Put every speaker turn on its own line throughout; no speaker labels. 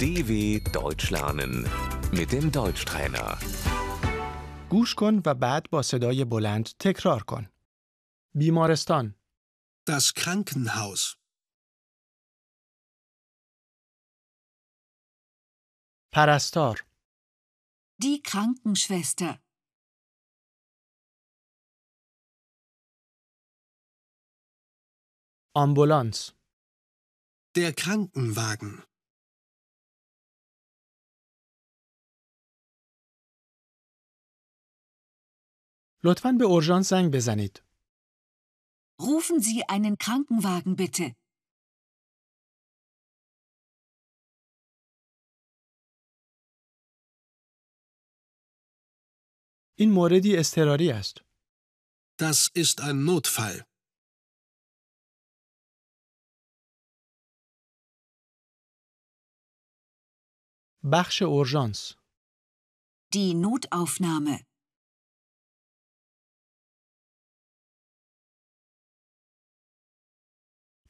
DW Deutsch lernen mit dem Deutschtrainer.
گوش کن و بعد با صدای بلند تکرار کن. بیمارستان،
Das Krankenhaus.
پرستار،
Die Krankenschwester.
آمبولانس،
Der Krankenwagen.
لطفاً به اورژانس زنگ بزنید.
Rufen Sie einen Krankenwagen bitte.
این موردی اضطراری است.
Das ist ein Notfall.
بخش اورژانس،
Die Notaufnahme.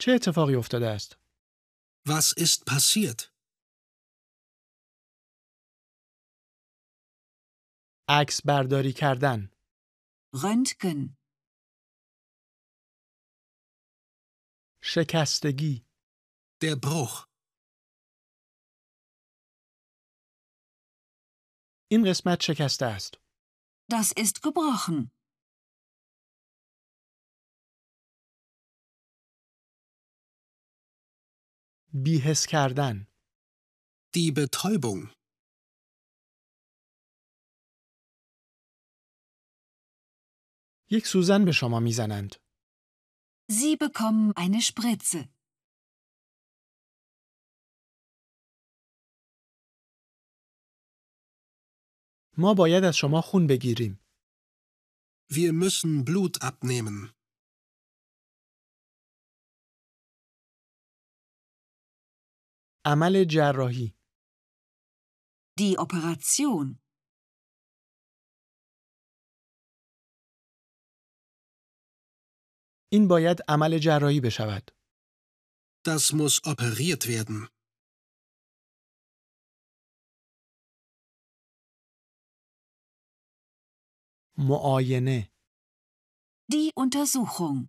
چه اتفاقی افتاده است؟
Was ist passiert?
عکس برداری کردن،
Röntgen.
شکستگی،
Der Bruch.
این قسمت شکسته است.
Das ist gebrochen.
بیهس کردن،
Die Betäubung.
یک سوزن به شما میزنند.
Sie bekommen eine Spritze.
ما باید از شما خون بگیریم.
Wir müssen Blut abnehmen.
عمل جراحی،
Die Operation.
این باید عمل جراحی بشود.
Das muss operiert werden.
معاینه
Die Untersuchung.